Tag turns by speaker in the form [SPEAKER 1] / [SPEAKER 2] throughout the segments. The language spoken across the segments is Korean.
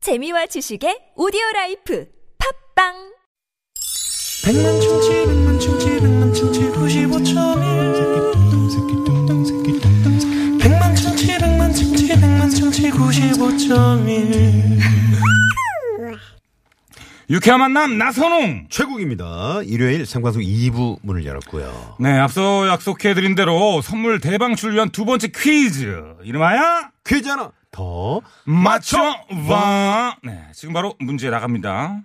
[SPEAKER 1] 재미와 지식의 오디오 라이프 팝빵
[SPEAKER 2] 백만 충치 백만 충치 백만 충치 95.1 백만 충치 백만 충치 백만 충치 95.1
[SPEAKER 3] 유쾌한 만남 나선홍.
[SPEAKER 4] 최국입니다. 일요일 생방송 2부 문을 열었고요.
[SPEAKER 3] 네, 앞서 약속해드린 대로 선물 대방출을 위한 두 번째 퀴즈. 이름하여
[SPEAKER 4] 퀴즈 하나 더.
[SPEAKER 3] 맞춰봐. 네, 지금 바로 문제 나갑니다.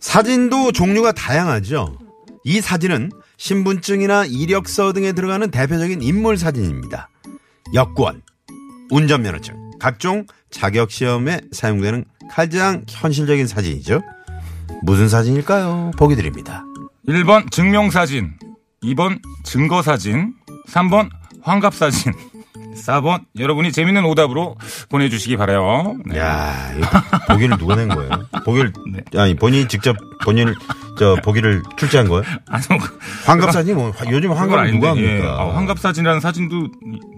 [SPEAKER 4] 사진도 종류가 다양하죠. 이 사진은 신분증이나 이력서 등에 들어가는 대표적인 인물 사진입니다. 여권, 운전면허증, 각종 자격시험에 사용되는 가장 현실적인 사진이죠. 무슨 사진일까요? 보기 드립니다.
[SPEAKER 3] 1번 증명사진, 2번 증거사진, 3번 환갑사진, 4번 여러분이 재밌는 오답으로 보내주시기 바라요. 네.
[SPEAKER 4] 야, 이거 보기를 누가 낸 거예요? 보기를 아니 본인이 직접 본인 저 보기를 출제한 거예요?
[SPEAKER 3] 아니, 뭐,
[SPEAKER 4] 환갑 사진 뭐 화- 요즘
[SPEAKER 3] 그건
[SPEAKER 4] 환갑
[SPEAKER 3] 아닌데,
[SPEAKER 4] 누가
[SPEAKER 3] 예.
[SPEAKER 4] 합니까?
[SPEAKER 3] 아, 환갑사진이라는 사진도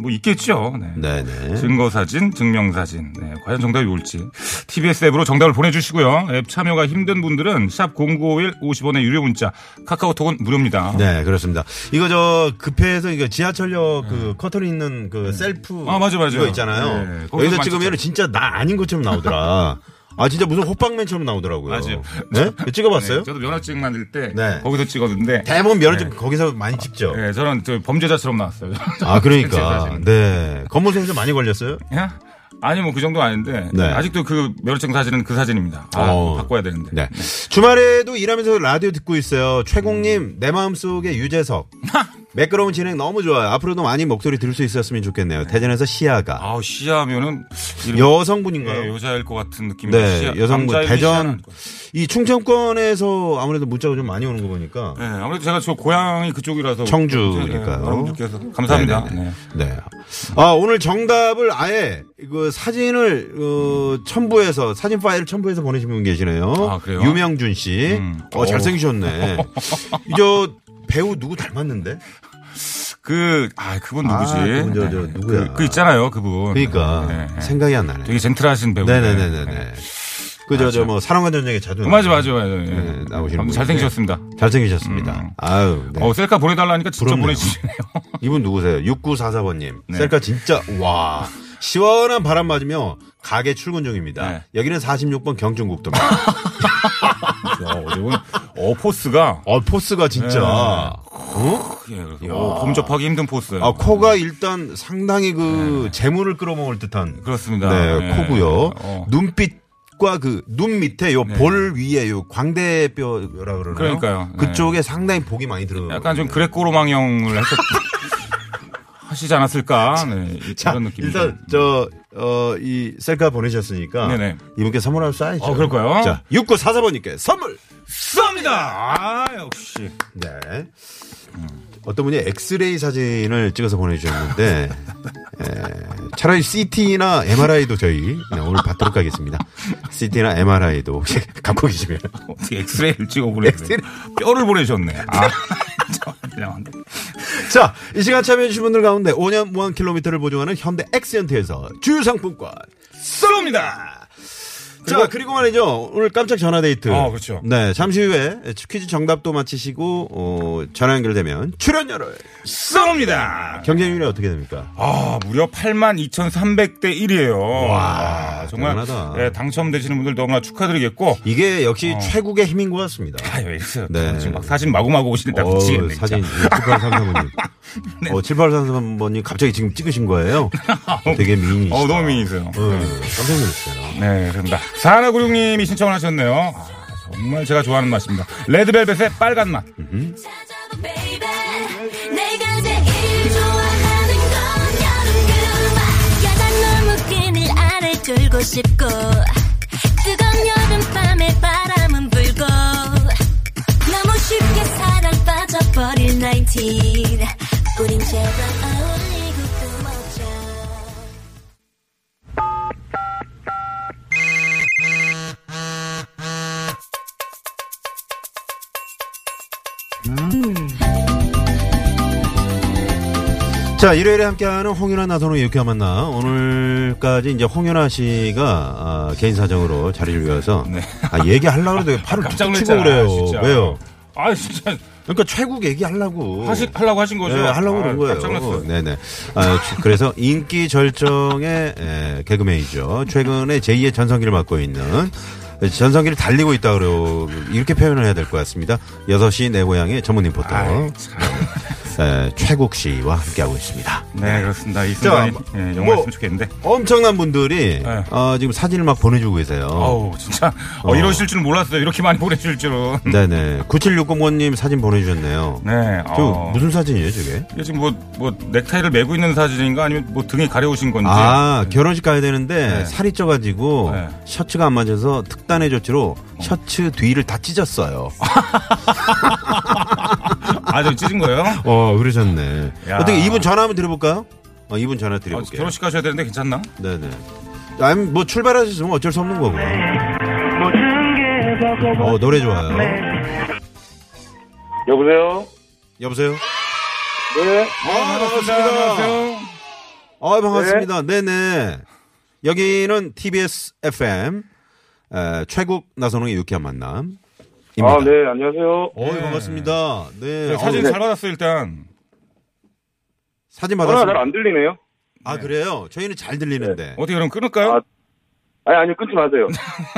[SPEAKER 3] 뭐 있겠죠. 네.
[SPEAKER 4] 네네.
[SPEAKER 3] 증거사진, 증명사진. 네, 과연 정답이 올지. TBS 앱으로 정답을 보내주시고요. 앱 참여가 힘든 분들은 샵0951 50원의 유료 문자, 카카오톡은 무료입니다.
[SPEAKER 4] 네 그렇습니다. 이거 저 급해서 이거 지하철역 그 커터리 있는 그 셀프
[SPEAKER 3] 네. 아, 맞아, 맞아.
[SPEAKER 4] 이거 있잖아요.
[SPEAKER 3] 네, 거기서
[SPEAKER 4] 여기서
[SPEAKER 3] 많이
[SPEAKER 4] 찍으면 진짜 나 아닌 것처럼 나오더라. 아 진짜 무슨 호빵맨처럼 나오더라고요.
[SPEAKER 3] 맞아요.
[SPEAKER 4] 네? 이거 찍어봤어요?
[SPEAKER 3] 네, 저도 면허증 만들 때
[SPEAKER 4] 네.
[SPEAKER 3] 거기서 찍었는데
[SPEAKER 4] 대본 면허증 거기서 많이 찍죠.
[SPEAKER 3] 네, 저는 저 범죄자처럼 나왔어요.
[SPEAKER 4] 아
[SPEAKER 3] 제
[SPEAKER 4] 그러니까
[SPEAKER 3] 사진은.
[SPEAKER 4] 네 검은색에서 많이 걸렸어요?
[SPEAKER 3] 예? 아니 뭐 그 정도 아닌데
[SPEAKER 4] 네.
[SPEAKER 3] 아직도 그 면허증 사진은 그 사진입니다. 아,
[SPEAKER 4] 어.
[SPEAKER 3] 바꿔야 되는데.
[SPEAKER 4] 네. 주말에도 일하면서 라디오 듣고 있어요. 최공님, 내 마음속에 유재석. 매끄러운 진행 너무 좋아요. 앞으로도 많이 목소리 들을 수 있었으면 좋겠네요. 대전에서 시아가.
[SPEAKER 3] 아우 시야면은 이름-
[SPEAKER 4] 여성분인가요?
[SPEAKER 3] 예, 여자일 것 같은 느낌이
[SPEAKER 4] 네, 여성분. 대전, 이 충청권에서 아무래도 문자가 좀 많이 오는 거 보니까.
[SPEAKER 3] 네, 아무래도 제가 저 고향이 그쪽이라서
[SPEAKER 4] 청주니까요.
[SPEAKER 3] 네, 여러분들께서 감사합니다.
[SPEAKER 4] 네네네.
[SPEAKER 3] 네.
[SPEAKER 4] 네. 아, 오늘 정답을 아예 그 사진을 어, 첨부해서 사진 파일을 첨부해서 보내신 분 계시네요.
[SPEAKER 3] 아, 그래요? 음.
[SPEAKER 4] 유명준 씨. 어, 잘생기셨네. 저 배우 누구 닮았는데?
[SPEAKER 3] 그, 아, 그분
[SPEAKER 4] 아,
[SPEAKER 3] 누구지?
[SPEAKER 4] 그분 저, 저
[SPEAKER 3] 네.
[SPEAKER 4] 누구야?
[SPEAKER 3] 그, 그 있잖아요, 그분.
[SPEAKER 4] 그러니까
[SPEAKER 3] 네, 네.
[SPEAKER 4] 생각이 안 나네.
[SPEAKER 3] 되게 젠틀하신 배우.
[SPEAKER 4] 네네네네. 네. 그저 저 뭐 사랑과 전쟁에 자주
[SPEAKER 3] 맞아,
[SPEAKER 4] 나오는
[SPEAKER 3] 맞아, 맞아. 예.
[SPEAKER 4] 네, 나오시는 분.
[SPEAKER 3] 잘생기셨습니다.
[SPEAKER 4] 잘생기셨습니다. 아유. 네.
[SPEAKER 3] 어, 셀카 보내달라니까 직접
[SPEAKER 4] 부럽네요.
[SPEAKER 3] 보내주시네요.
[SPEAKER 4] 이분 누구세요? 6944번님.
[SPEAKER 3] 네.
[SPEAKER 4] 셀카 진짜 와 시원한 바람 맞으며 가게 출근 중입니다.
[SPEAKER 3] 네.
[SPEAKER 4] 여기는 46번 경중국도입니다.
[SPEAKER 3] 어, 어제 오늘, 어, 포스가.
[SPEAKER 4] 어 포스가 진짜. 어?
[SPEAKER 3] 예, 그래서 어, 범접하기 힘든 포스.
[SPEAKER 4] 아 코가 일단 상당히 그 재물을 끌어먹을 듯한.
[SPEAKER 3] 네. 그렇습니다.
[SPEAKER 4] 네,
[SPEAKER 3] 예.
[SPEAKER 4] 코고요.
[SPEAKER 3] 어. 네.
[SPEAKER 4] 눈빛과 그 눈 밑에 요 볼 위에 요 광대뼈라 그러나요?
[SPEAKER 3] 그러니까요. 네.
[SPEAKER 4] 그쪽에 상당히 복이 많이 들어.
[SPEAKER 3] 약간 좀 그레코로망형을 했었, 하시지 않았을까. 네,
[SPEAKER 4] 자,
[SPEAKER 3] 이런 느낌.
[SPEAKER 4] 일단 저어이 셀카 보내셨으니까
[SPEAKER 3] 네네.
[SPEAKER 4] 이분께 선물할 수 있죠.
[SPEAKER 3] 어, 그럴까요?
[SPEAKER 4] 자, 6944번님께 선물.
[SPEAKER 3] 쏩니다! 아, 역시.
[SPEAKER 4] 네. 어떤 분이 엑스레이 사진을 찍어서 보내주셨는데 에, 차라리 CT나 MRI도 저희 네, 오늘 받도록 하겠습니다. CT나 MRI도 혹시 갖고 계시면
[SPEAKER 3] 어떻게 엑스레이를 찍어 보내세요? 뼈를 보내셨네. 아, 저, 그냥.
[SPEAKER 4] 자, 이 시간 참여해주신 분들 가운데 5년 무한킬로미터를 보증하는 현대 엑센트에서 주유상품권
[SPEAKER 3] 쏩니다!
[SPEAKER 4] 자, 그리고 말이죠. 오늘 깜짝 전화데이트.
[SPEAKER 3] 아, 그렇죠.
[SPEAKER 4] 네, 잠시 후에 퀴즈 정답도 마치시고, 어, 전화 연결되면 출연료를.
[SPEAKER 3] 쏩니다!
[SPEAKER 4] 경쟁률이 어떻게 됩니까?
[SPEAKER 3] 아, 무려 82,300대 1이에요. 와, 정말
[SPEAKER 4] 대단하다.
[SPEAKER 3] 예, 당첨되시는 분들 너무나 축하드리겠고.
[SPEAKER 4] 이게 역시
[SPEAKER 3] 어.
[SPEAKER 4] 최국의 힘인 것 같습니다.
[SPEAKER 3] 아, 왜 이러세요?
[SPEAKER 4] 네.
[SPEAKER 3] 지금 막 사진 마구마구 오시는데
[SPEAKER 4] 어우,
[SPEAKER 3] 미치겠네.
[SPEAKER 4] 사진,
[SPEAKER 3] 진짜. 네.
[SPEAKER 4] 7833번님. 어, 7833번님 갑자기 지금 찍으신 거예요? 되게 미인이시다.
[SPEAKER 3] 어, 너무 미인이세요.
[SPEAKER 4] 어, 깜짝 놀랐어요.
[SPEAKER 3] 네, 그렇습니다. 사나구룡님이 신청을 하셨네요. 아, 정말 제가 좋아하는 맛입니다. 레드벨벳의 빨간 맛.
[SPEAKER 5] 찾아봐 baby 내가 제일 좋아하는 건 여름그만 야간 너무 끈을 아래 졸고 싶고 뜨거운 여름밤에 바람은 불고 너무 쉽게 사랑 빠져버릴 19 우린 제발 어울리고 꿈없자
[SPEAKER 4] 자, 일요일에 함께하는 홍윤아 나선호 이렇게 만나. 오늘 오늘까지 이제 홍윤아 씨가 아, 개인 사정으로 자리를 비워서
[SPEAKER 3] 네.
[SPEAKER 4] 아, 얘기하려고 그래도 팔을
[SPEAKER 3] 깜짝
[SPEAKER 4] 툭 치고
[SPEAKER 3] 놀랐잖아,
[SPEAKER 4] 그래요.
[SPEAKER 3] 진짜.
[SPEAKER 4] 왜요?
[SPEAKER 3] 아 진짜
[SPEAKER 4] 그러니까 최국 얘기하려고.
[SPEAKER 3] 하시, 하려고 하신 거죠?
[SPEAKER 4] 네, 하려고
[SPEAKER 3] 아,
[SPEAKER 4] 그런 거예요.
[SPEAKER 3] 깜짝 놀랐어요.
[SPEAKER 4] 네네. 아, 주- 그래서 인기 절정의 에, 개그맨이죠. 최근에 제2의 전성기를 맡고 있는 전성기를 달리고 있다 그러 이렇게 표현을 해야 될 것 같습니다. 6시 내 고향의 전문 리포터
[SPEAKER 3] 아이, 참.
[SPEAKER 4] 에, 최국 씨와 함께하고 있습니다.
[SPEAKER 3] 네 그렇습니다. 이
[SPEAKER 4] 자,
[SPEAKER 3] 순간이 예, 영화였으면
[SPEAKER 4] 뭐-
[SPEAKER 3] 좋겠는데.
[SPEAKER 4] 엄청난 분들이
[SPEAKER 3] 네.
[SPEAKER 4] 어, 지금 사진을 막 보내주고 계세요.
[SPEAKER 3] 어우 진짜 어,
[SPEAKER 4] 어.
[SPEAKER 3] 이러실 줄 몰랐어요. 이렇게 많이 보내실 줄은.
[SPEAKER 4] 네네. 9760번님 사진 보내주셨네요.
[SPEAKER 3] 네.
[SPEAKER 4] 저
[SPEAKER 3] 어.
[SPEAKER 4] 무슨 사진이에요, 저게?
[SPEAKER 3] 이게 지금 뭐, 뭐 넥타이를 메고 있는 사진인가 아니면 뭐 등에 가려오신 건지.
[SPEAKER 4] 아 결혼식 가야 되는데
[SPEAKER 3] 네.
[SPEAKER 4] 살이 쪄가지고
[SPEAKER 3] 네.
[SPEAKER 4] 셔츠가 안 맞아서 특단의 조치로 셔츠 뒤를 다 찢었어요.
[SPEAKER 3] 아, 저 찢은 거예요?
[SPEAKER 4] 어 그러셨네.
[SPEAKER 3] 야.
[SPEAKER 4] 어떻게 이분 전화 한번 드려볼까요? 어 이분 전화
[SPEAKER 3] 아,
[SPEAKER 4] 드려볼게요.
[SPEAKER 3] 결혼식 가셔야 되는데 괜찮나?
[SPEAKER 4] 네네. 아니 뭐 출발하셨으면 어쩔 수 없는 거고. 어 노래 좋아요.
[SPEAKER 6] 여보세요?
[SPEAKER 4] 여보세요.
[SPEAKER 6] 네?
[SPEAKER 4] 아 반갑습니다. 아 반갑습니다. 네. 네 여기는 TBS FM 에, 최국 나선홍의 유쾌한 만남입니다.
[SPEAKER 6] 아, 네, 안녕하세요.
[SPEAKER 4] 어이 반갑습니다. 네.
[SPEAKER 3] 네, 사진
[SPEAKER 4] 어우,
[SPEAKER 3] 잘 받았어요, 일단.
[SPEAKER 4] 사진
[SPEAKER 6] 전화가
[SPEAKER 4] 받았습니다.
[SPEAKER 6] 잘 안 들리네요.
[SPEAKER 4] 아 그래요? 저희는 잘 들리는데.
[SPEAKER 3] 어떻게 그럼 끊을까요?
[SPEAKER 6] 아, 아니, 아니요, 끊지 마세요.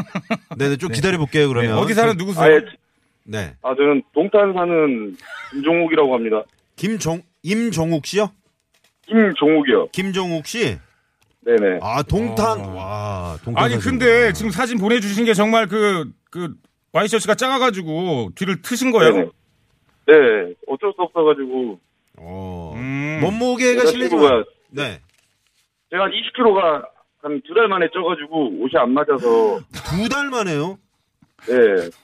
[SPEAKER 4] 네네 좀 기다려 볼게요
[SPEAKER 3] 네,
[SPEAKER 4] 그러면.
[SPEAKER 3] 어디 사는 누구세요?
[SPEAKER 6] 아예,
[SPEAKER 4] 네.
[SPEAKER 6] 아, 저는 동탄 사는 김종욱이라고 합니다.
[SPEAKER 4] 김종 임종욱 씨요?
[SPEAKER 6] 김종욱이요.
[SPEAKER 4] 김종욱 씨.
[SPEAKER 6] 네네.
[SPEAKER 4] 아 동탄. 와 동탄.
[SPEAKER 3] 아니,
[SPEAKER 4] 사진. 어.
[SPEAKER 3] 근데 지금 사진 보내주신 게 정말 그, 그, 와이셔츠가 작아가지고 뒤를 트신 거예요?
[SPEAKER 6] 네네. 네, 어쩔 수 없어가지고,
[SPEAKER 4] 어.
[SPEAKER 3] 음.
[SPEAKER 4] 몸무게가 실례지만.
[SPEAKER 6] 친구가
[SPEAKER 4] 네.
[SPEAKER 6] 제가 한 20kg가 한 두 달 만에 쪄가지고 옷이 안 맞아서,
[SPEAKER 4] 두 달 만에요.
[SPEAKER 6] 네,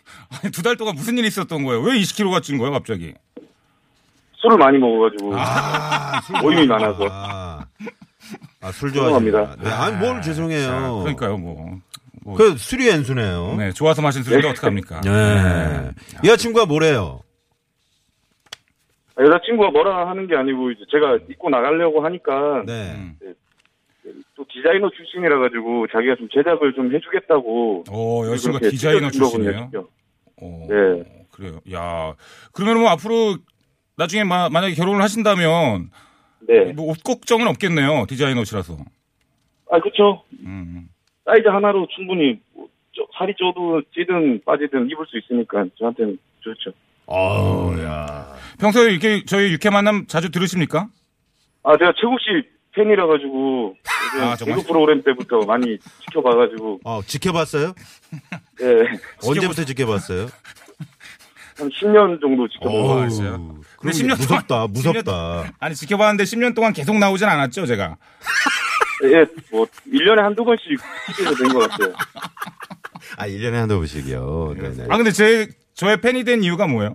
[SPEAKER 3] 아니, 두 달 동안 무슨 일이 있었던 거예요? 왜 20kg가 찐 거예요, 갑자기?
[SPEAKER 6] 술을 많이 먹어가지고,
[SPEAKER 4] 아, 술
[SPEAKER 6] 모임이
[SPEAKER 4] 좋아하시구나.
[SPEAKER 6] 많아서.
[SPEAKER 4] 아, 아, 술
[SPEAKER 6] 죄송합니다.
[SPEAKER 4] 좋아합니다. 네, 아니 뭘 죄송해요.
[SPEAKER 3] 자, 그러니까요, 뭐. 뭐
[SPEAKER 4] 그 술이 앤수네요.
[SPEAKER 3] 네, 좋아서 마신 술인데 어떡합니까?
[SPEAKER 4] 네. 여자친구가 뭐래요?
[SPEAKER 6] 아, 여자친구가 뭐라 하는 게 아니고, 이제 제가 입고 나가려고 하니까,
[SPEAKER 4] 네.
[SPEAKER 3] 음.
[SPEAKER 6] 또 디자이너 출신이라 가지고 자기가 좀 제작을 좀 해주겠다고
[SPEAKER 3] 오, 아, 여자친구가
[SPEAKER 6] 그렇게
[SPEAKER 3] 어, 디자이너
[SPEAKER 6] 찢어준
[SPEAKER 3] 출신이에요?
[SPEAKER 6] 거거든요, 직접.
[SPEAKER 3] 어,
[SPEAKER 6] 네.
[SPEAKER 3] 그래요. 야, 그러면 뭐 앞으로 나중에 마- 만약에 결혼을 하신다면
[SPEAKER 6] 네.
[SPEAKER 3] 뭐 옷 걱정은 없겠네요. 디자이너시라서.
[SPEAKER 6] 아, 그쵸.
[SPEAKER 3] 음.
[SPEAKER 6] 사이즈 하나로 충분히 뭐 쪄- 살이 쪄도 찌든 빠지든 입을 수 있으니까 저한테는 좋죠.
[SPEAKER 4] 어우야.
[SPEAKER 3] 평소에 이렇게 저희 육회 만남 자주 들으십니까?
[SPEAKER 6] 아, 제가 최국 씨 팬이라 가지고 요즘
[SPEAKER 3] 아, 정말?
[SPEAKER 6] 개그 프로그램 때부터 많이 지켜봐 가지고
[SPEAKER 4] 어, 지켜봤어요?
[SPEAKER 6] 예.
[SPEAKER 4] 언제부터 지켜봤어요?
[SPEAKER 6] 한 10년 정도 지켜보고
[SPEAKER 3] 오.
[SPEAKER 6] 어.
[SPEAKER 3] 알았어요.
[SPEAKER 4] 어우,
[SPEAKER 3] 근데
[SPEAKER 4] 그럼
[SPEAKER 3] 10년
[SPEAKER 4] 무섭다,
[SPEAKER 3] 동안-
[SPEAKER 4] 무섭다.
[SPEAKER 3] 아니 지켜봤는데 10년 동안 계속 나오진 않았죠, 제가.
[SPEAKER 6] 예, 뭐 1년에 한두 번씩 TV에서 된 것 같아요.
[SPEAKER 4] 아, 1년에 한두 번씩이요. 네네.
[SPEAKER 3] 아 근데 제 저의 팬이 된 이유가 뭐예요?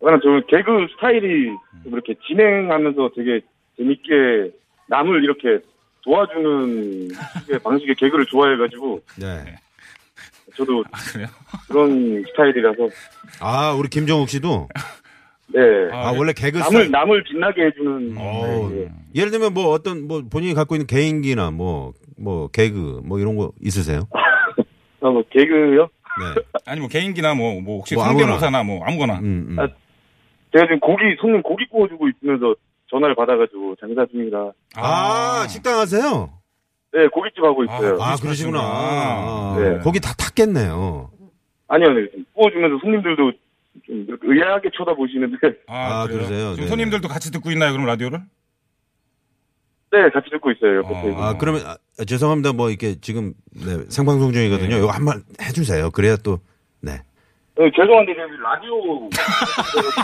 [SPEAKER 6] 왜냐면 저는 개그 스타일이 좀 이렇게 진행하면서 되게 재밌게 남을 이렇게 도와주는 식의 방식의 개그를 좋아해가지고
[SPEAKER 4] 네.
[SPEAKER 6] 저도
[SPEAKER 3] 아, 그래요?
[SPEAKER 6] 그런 스타일이라서
[SPEAKER 4] 아, 우리 김정욱 씨도
[SPEAKER 6] 네
[SPEAKER 4] 아, 원래 개그
[SPEAKER 6] 남을
[SPEAKER 4] 스타일.
[SPEAKER 6] 남을 빛나게 해주는
[SPEAKER 4] 어,
[SPEAKER 6] 네, 네.
[SPEAKER 4] 예를 들면 뭐 어떤 뭐 본인이 갖고 있는 개인기나 뭐, 뭐 개그 뭐 이런 거 있으세요?
[SPEAKER 6] 아, 뭐 개그요?
[SPEAKER 4] 네.
[SPEAKER 3] 아니 뭐 개인기나 뭐 뭐 혹시
[SPEAKER 4] 뭐 아무거나.
[SPEAKER 3] 성대모사나 뭐 아무거나.
[SPEAKER 4] 음, 음.
[SPEAKER 6] 아, 제가 지금 고기 손님 고기 구워주고 있으면서 전화를 받아가지고 장사 중이라
[SPEAKER 4] 아, 식당 하세요?
[SPEAKER 6] 네 고깃집 하고 있어요.
[SPEAKER 3] 아,
[SPEAKER 4] 아, 그러시구나. 아,
[SPEAKER 6] 네.
[SPEAKER 4] 거기 다 탔겠네요.
[SPEAKER 6] 아, 니요 구워주면서 손님들도 좀 의아하게 쳐다보시는데
[SPEAKER 3] 아,
[SPEAKER 4] 아,
[SPEAKER 3] 그래요?
[SPEAKER 4] 그러세요?
[SPEAKER 3] 지금
[SPEAKER 4] 네네.
[SPEAKER 3] 손님들도 같이 듣고 있나요, 그럼 라디오를?
[SPEAKER 6] 네 같이 듣고 있어요 옆에 테이블.
[SPEAKER 4] 아, 그러면 아, 죄송합니다. 뭐 이렇게 지금 네, 생방송 중이거든요. 이거 한 번 해주세요. 그래야 또 네.
[SPEAKER 6] 어, 죄송한데 지금 라디오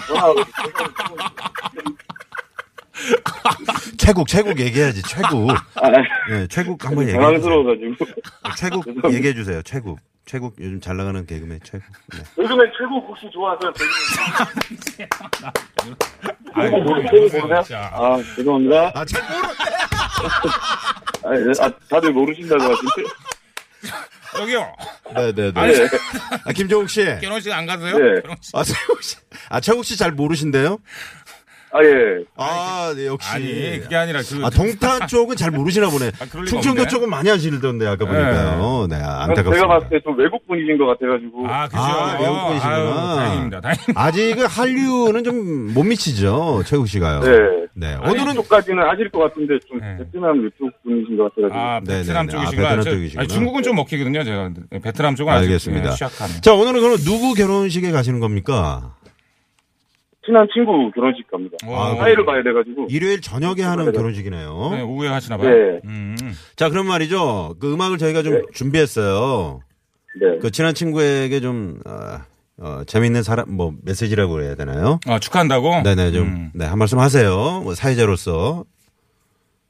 [SPEAKER 6] 전화하고 죄송합니다.
[SPEAKER 4] 최국 최국 얘기해야지 최국.
[SPEAKER 6] 아,
[SPEAKER 4] 네, 최국 한번 얘기해. 주세요.
[SPEAKER 6] 당황스러워가지고
[SPEAKER 4] 최국 얘기해 주세요. 최국. 최국 요즘 잘 나가는 개그맨 최국. 네.
[SPEAKER 6] 요즘에 최고 국시 좋아하세요?
[SPEAKER 3] 아이고,
[SPEAKER 4] 뭐,
[SPEAKER 6] 최고 모르- 최고
[SPEAKER 4] 네.
[SPEAKER 6] 모르세요?
[SPEAKER 3] 진짜.
[SPEAKER 6] 아 죄송합니다.
[SPEAKER 4] 아, 최국.
[SPEAKER 6] 아, 예. 아, 다들 모르신다고 하시는데.
[SPEAKER 3] 여기요.
[SPEAKER 4] 네, 네,
[SPEAKER 3] 아니,
[SPEAKER 4] 네. 아, 김종욱 씨.
[SPEAKER 3] 결혼식 안 가세요?
[SPEAKER 6] 네.
[SPEAKER 3] 결혼식.
[SPEAKER 4] 아, 최국 씨. 아, 최국 씨 잘 모르신데요?
[SPEAKER 6] 아, 예.
[SPEAKER 4] 아, 네, 역시.
[SPEAKER 3] 아니 그게 아니라 그
[SPEAKER 4] 아, 동탄 쪽은 잘 모르시나 보네.
[SPEAKER 3] 아, 그럴 리가
[SPEAKER 4] 충청도
[SPEAKER 3] 없네.
[SPEAKER 4] 쪽은 많이 하시던데 아까 보니까요. 네, 안타깝습니다.
[SPEAKER 6] 아, 제가 봤을 때 좀 외국 분이신 것 같아가지고.
[SPEAKER 3] 아, 그죠.
[SPEAKER 4] 아, 외국 분이시구나.
[SPEAKER 3] 아유, 다행입니다. 다행입니다.
[SPEAKER 4] 아직은 한류는 좀 못 미치죠, 최국 씨가요.
[SPEAKER 6] 네.
[SPEAKER 4] 네,
[SPEAKER 6] 오늘은
[SPEAKER 4] 오늘은
[SPEAKER 6] 쪽까지는 하실 것 같은데 좀
[SPEAKER 3] 네.
[SPEAKER 6] 베트남 이쪽 분이신 것 같아가지고.
[SPEAKER 3] 아,
[SPEAKER 4] 네네네.
[SPEAKER 3] 베트남
[SPEAKER 4] 아,
[SPEAKER 3] 쪽이시구나.
[SPEAKER 4] 베트남
[SPEAKER 3] 저-
[SPEAKER 4] 쪽이시구나.
[SPEAKER 3] 아니, 중국은 좀 먹히거든요, 제가. 근데. 베트남 쪽은 아직
[SPEAKER 4] 알겠습니다.
[SPEAKER 3] 예, 취약하네요.
[SPEAKER 4] 자, 오늘은 그럼 누구 결혼식에 가시는 겁니까?
[SPEAKER 6] 친한 친구 결혼식 갑니다.
[SPEAKER 3] 와.
[SPEAKER 6] 사이를 봐야 돼가지고.
[SPEAKER 4] 일요일 저녁에 하는 결혼식이네요.
[SPEAKER 3] 음, 네, 오후에 하시나 봐요.
[SPEAKER 6] 네.
[SPEAKER 3] 음.
[SPEAKER 4] 자, 그럼 말이죠. 그 음악을 저희가 좀
[SPEAKER 6] 네.
[SPEAKER 4] 준비했어요.
[SPEAKER 6] 네.
[SPEAKER 4] 그 친한 친구에게 좀 아, 어, 재밌는 사람 뭐 메시지라고 해야 되나요?
[SPEAKER 3] 아, 축하한다고?
[SPEAKER 4] 네네 좀
[SPEAKER 3] 음.
[SPEAKER 4] 네, 한 말씀 하세요. 뭐 사회자로서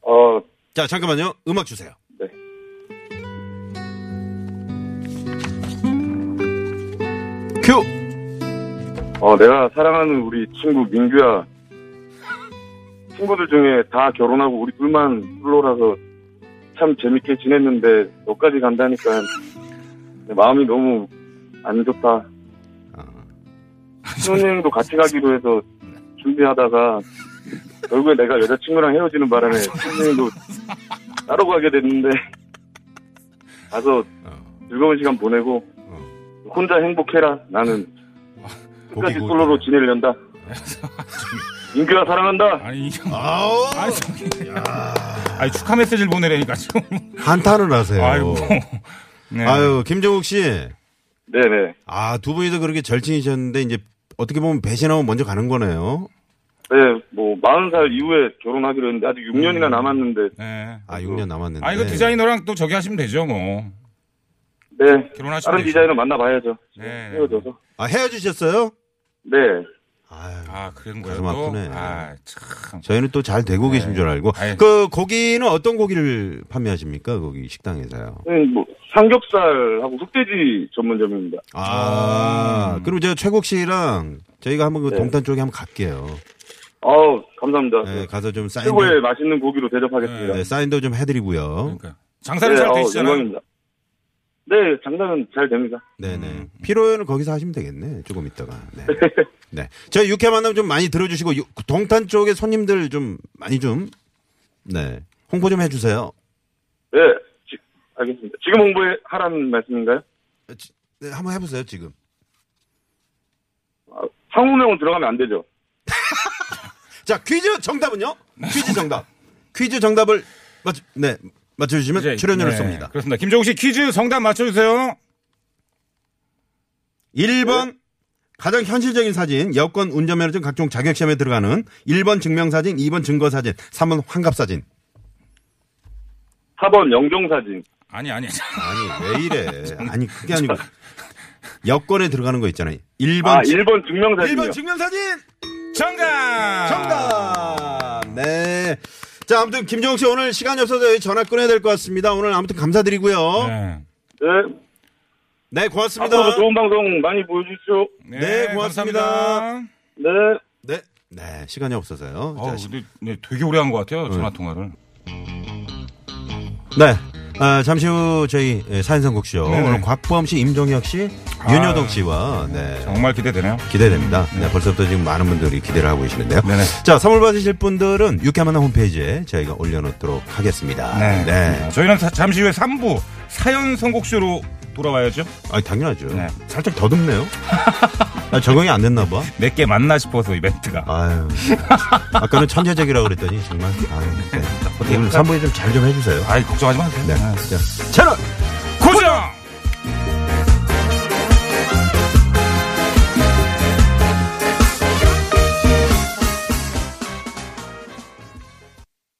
[SPEAKER 6] 어,
[SPEAKER 4] 자 잠깐만요. 음악 주세요.
[SPEAKER 6] 네.
[SPEAKER 4] 큐.
[SPEAKER 6] 어, 내가 사랑하는 우리 친구 민규야. 친구들 중에 다 결혼하고 우리 둘만 솔로라서 참 재밌게 지냈는데 너까지 간다니까 내 마음이 너무 안 좋다. 신혼여행도 같이 가기로 해서 준비하다가 결국에 내가 여자친구랑 헤어지는 바람에 신혼여행도 따로 가게 됐는데 가서 즐거운 시간 보내고 혼자 행복해라 나는 끝까지
[SPEAKER 4] 고기
[SPEAKER 6] 솔로로
[SPEAKER 4] 구울
[SPEAKER 6] 지내려한다. 민규야 사랑한다.
[SPEAKER 3] 아니, 이게. 뭐
[SPEAKER 4] 아우
[SPEAKER 3] 아니, 저기. 아니, 축하 메시지를 보내라니까, 지금.
[SPEAKER 4] 한탄을 하세요.
[SPEAKER 3] 아이고.
[SPEAKER 4] 아유,
[SPEAKER 3] 네.
[SPEAKER 4] 김정욱 씨.
[SPEAKER 6] 네네.
[SPEAKER 4] 아 두 분이서 그렇게 절친이셨는데 이제 어떻게 보면 배신하면 먼저 가는 거네요.
[SPEAKER 6] 네, 뭐 40살 이후에 결혼하기로 했는데 아직 6년이나 남았는데
[SPEAKER 3] 음. 네.
[SPEAKER 4] 아 6년 남았는데.
[SPEAKER 3] 아, 이거 디자이너랑 또 저기 하시면 되죠, 뭐.
[SPEAKER 6] 네.
[SPEAKER 3] 결혼하시면
[SPEAKER 6] 다른
[SPEAKER 3] 되죠.
[SPEAKER 6] 디자이너 만나봐야죠.
[SPEAKER 3] 네.
[SPEAKER 6] 헤어져서.
[SPEAKER 4] 아, 헤어지셨어요?
[SPEAKER 6] 네.
[SPEAKER 4] 아유.
[SPEAKER 3] 아, 그런 거예요.
[SPEAKER 4] 가슴
[SPEAKER 3] 또?
[SPEAKER 4] 아프네.
[SPEAKER 3] 아, 참.
[SPEAKER 4] 저희는 또 잘
[SPEAKER 6] 네.
[SPEAKER 4] 되고 계신 줄 알고.
[SPEAKER 3] 아이.
[SPEAKER 4] 그 고기는 어떤 고기를 판매하십니까? 거기 식당에서요.
[SPEAKER 6] 음, 뭐 삼겹살하고 흑돼지 전문점입니다.
[SPEAKER 4] 아, 그리고 제가 최국 씨랑 저희가 한번 그
[SPEAKER 6] 네.
[SPEAKER 4] 동탄 쪽에 한번 갈게요.
[SPEAKER 6] 아우 감사합니다. 그
[SPEAKER 4] 네, 가서 좀 사인도,
[SPEAKER 6] 최고의 맛있는 고기로 대접하겠습니다. 네,
[SPEAKER 4] 네, 사인도 좀 해드리고요.
[SPEAKER 3] 그러니까. 장사를 잘
[SPEAKER 6] 아우,
[SPEAKER 3] 되시잖아요.
[SPEAKER 6] 어, 영광입니다. 네, 장사는 잘 됩니다.
[SPEAKER 4] 네네.
[SPEAKER 6] 음.
[SPEAKER 4] 피로연을 거기서 하시면 되겠네. 조금 있다가. 네. 네. 저희 육회 만남 좀 많이 들어주시고, 유- 동탄 쪽에 손님들 좀 많이 좀, 네. 홍보 좀 해주세요.
[SPEAKER 6] 네, 지- 알겠습니다. 지금 홍보에 하라는 말씀인가요?
[SPEAKER 4] 네, 한번 해보세요, 지금.
[SPEAKER 6] 아, 상호명은 들어가면 안 되죠.
[SPEAKER 4] 자, 퀴즈 정답은요? 퀴즈 정답. 퀴즈 정답을 맞추, 네, 맞춰주시면
[SPEAKER 3] 이제,
[SPEAKER 4] 출연료를
[SPEAKER 3] 네,
[SPEAKER 4] 쏩니다.
[SPEAKER 3] 그렇습니다. 김종국 씨 퀴즈 정답 맞춰주세요.
[SPEAKER 4] 1번 가장 현실적인 사진, 여권, 운전면허증 각종 자격시험에 들어가는 1번 증명사진, 2번 증거사진, 3번 환갑사진.
[SPEAKER 6] 4번 영종사진.
[SPEAKER 3] 아니, 아니.
[SPEAKER 4] 아니, 왜 이래. 아니, 그게 아니고. 여권에 들어가는 거 있잖아요. 1번,
[SPEAKER 6] 아, 1번 증명사진이요.
[SPEAKER 4] 1번 증명사진!
[SPEAKER 3] 정답!
[SPEAKER 4] 정답! 네. 자, 아무튼 김정욱 씨 오늘 시간이 없어서 저희 전화 끊어야 될 것 같습니다. 오늘 아무튼 감사드리고요. 네,
[SPEAKER 3] 네.
[SPEAKER 6] 네,
[SPEAKER 4] 고맙습니다.
[SPEAKER 6] 앞으로도 좋은 방송 많이 보여주십시오.
[SPEAKER 4] 네, 고맙습니다.
[SPEAKER 3] 감사합니다.
[SPEAKER 6] 네.
[SPEAKER 4] 네. 네, 시간이 없어서요.
[SPEAKER 3] 어우,
[SPEAKER 4] 자, 시-
[SPEAKER 3] 근데 네, 되게 오래 한 것 같아요, 전화 통화를.
[SPEAKER 4] 네. 아, 잠시 후 저희 예, 사연선곡 쇼
[SPEAKER 3] 네네.
[SPEAKER 4] 오늘 곽보암 씨, 임종혁 씨,
[SPEAKER 3] 아,
[SPEAKER 4] 윤여동 씨와 네.
[SPEAKER 3] 정말 기대되네요.
[SPEAKER 4] 기대됩니다. 네, 벌써부터 지금 많은 분들이 기대를 하고 계시는데요.
[SPEAKER 3] 네네.
[SPEAKER 4] 자, 선물 받으실 분들은 유쾌만한 홈페이지에 저희가 올려놓도록 하겠습니다.
[SPEAKER 3] 네. 저희는 사- 잠시 후에 3부 사연 선곡쇼로 돌아와야죠.
[SPEAKER 4] 아, 당연하죠.
[SPEAKER 3] 네.
[SPEAKER 4] 살짝 더듬네요. 아, 적응이 안 됐나 봐.
[SPEAKER 3] 몇 개 맞나 싶어서 이벤트가.
[SPEAKER 4] 아유. 아까는 천재적이라고 그랬더니 정말. 아유. 네. 오늘 3분이 좀 잘 좀 해주세요.
[SPEAKER 3] 아이, 걱정하지 마세요.
[SPEAKER 4] 네.
[SPEAKER 3] 아,
[SPEAKER 4] 자, 채널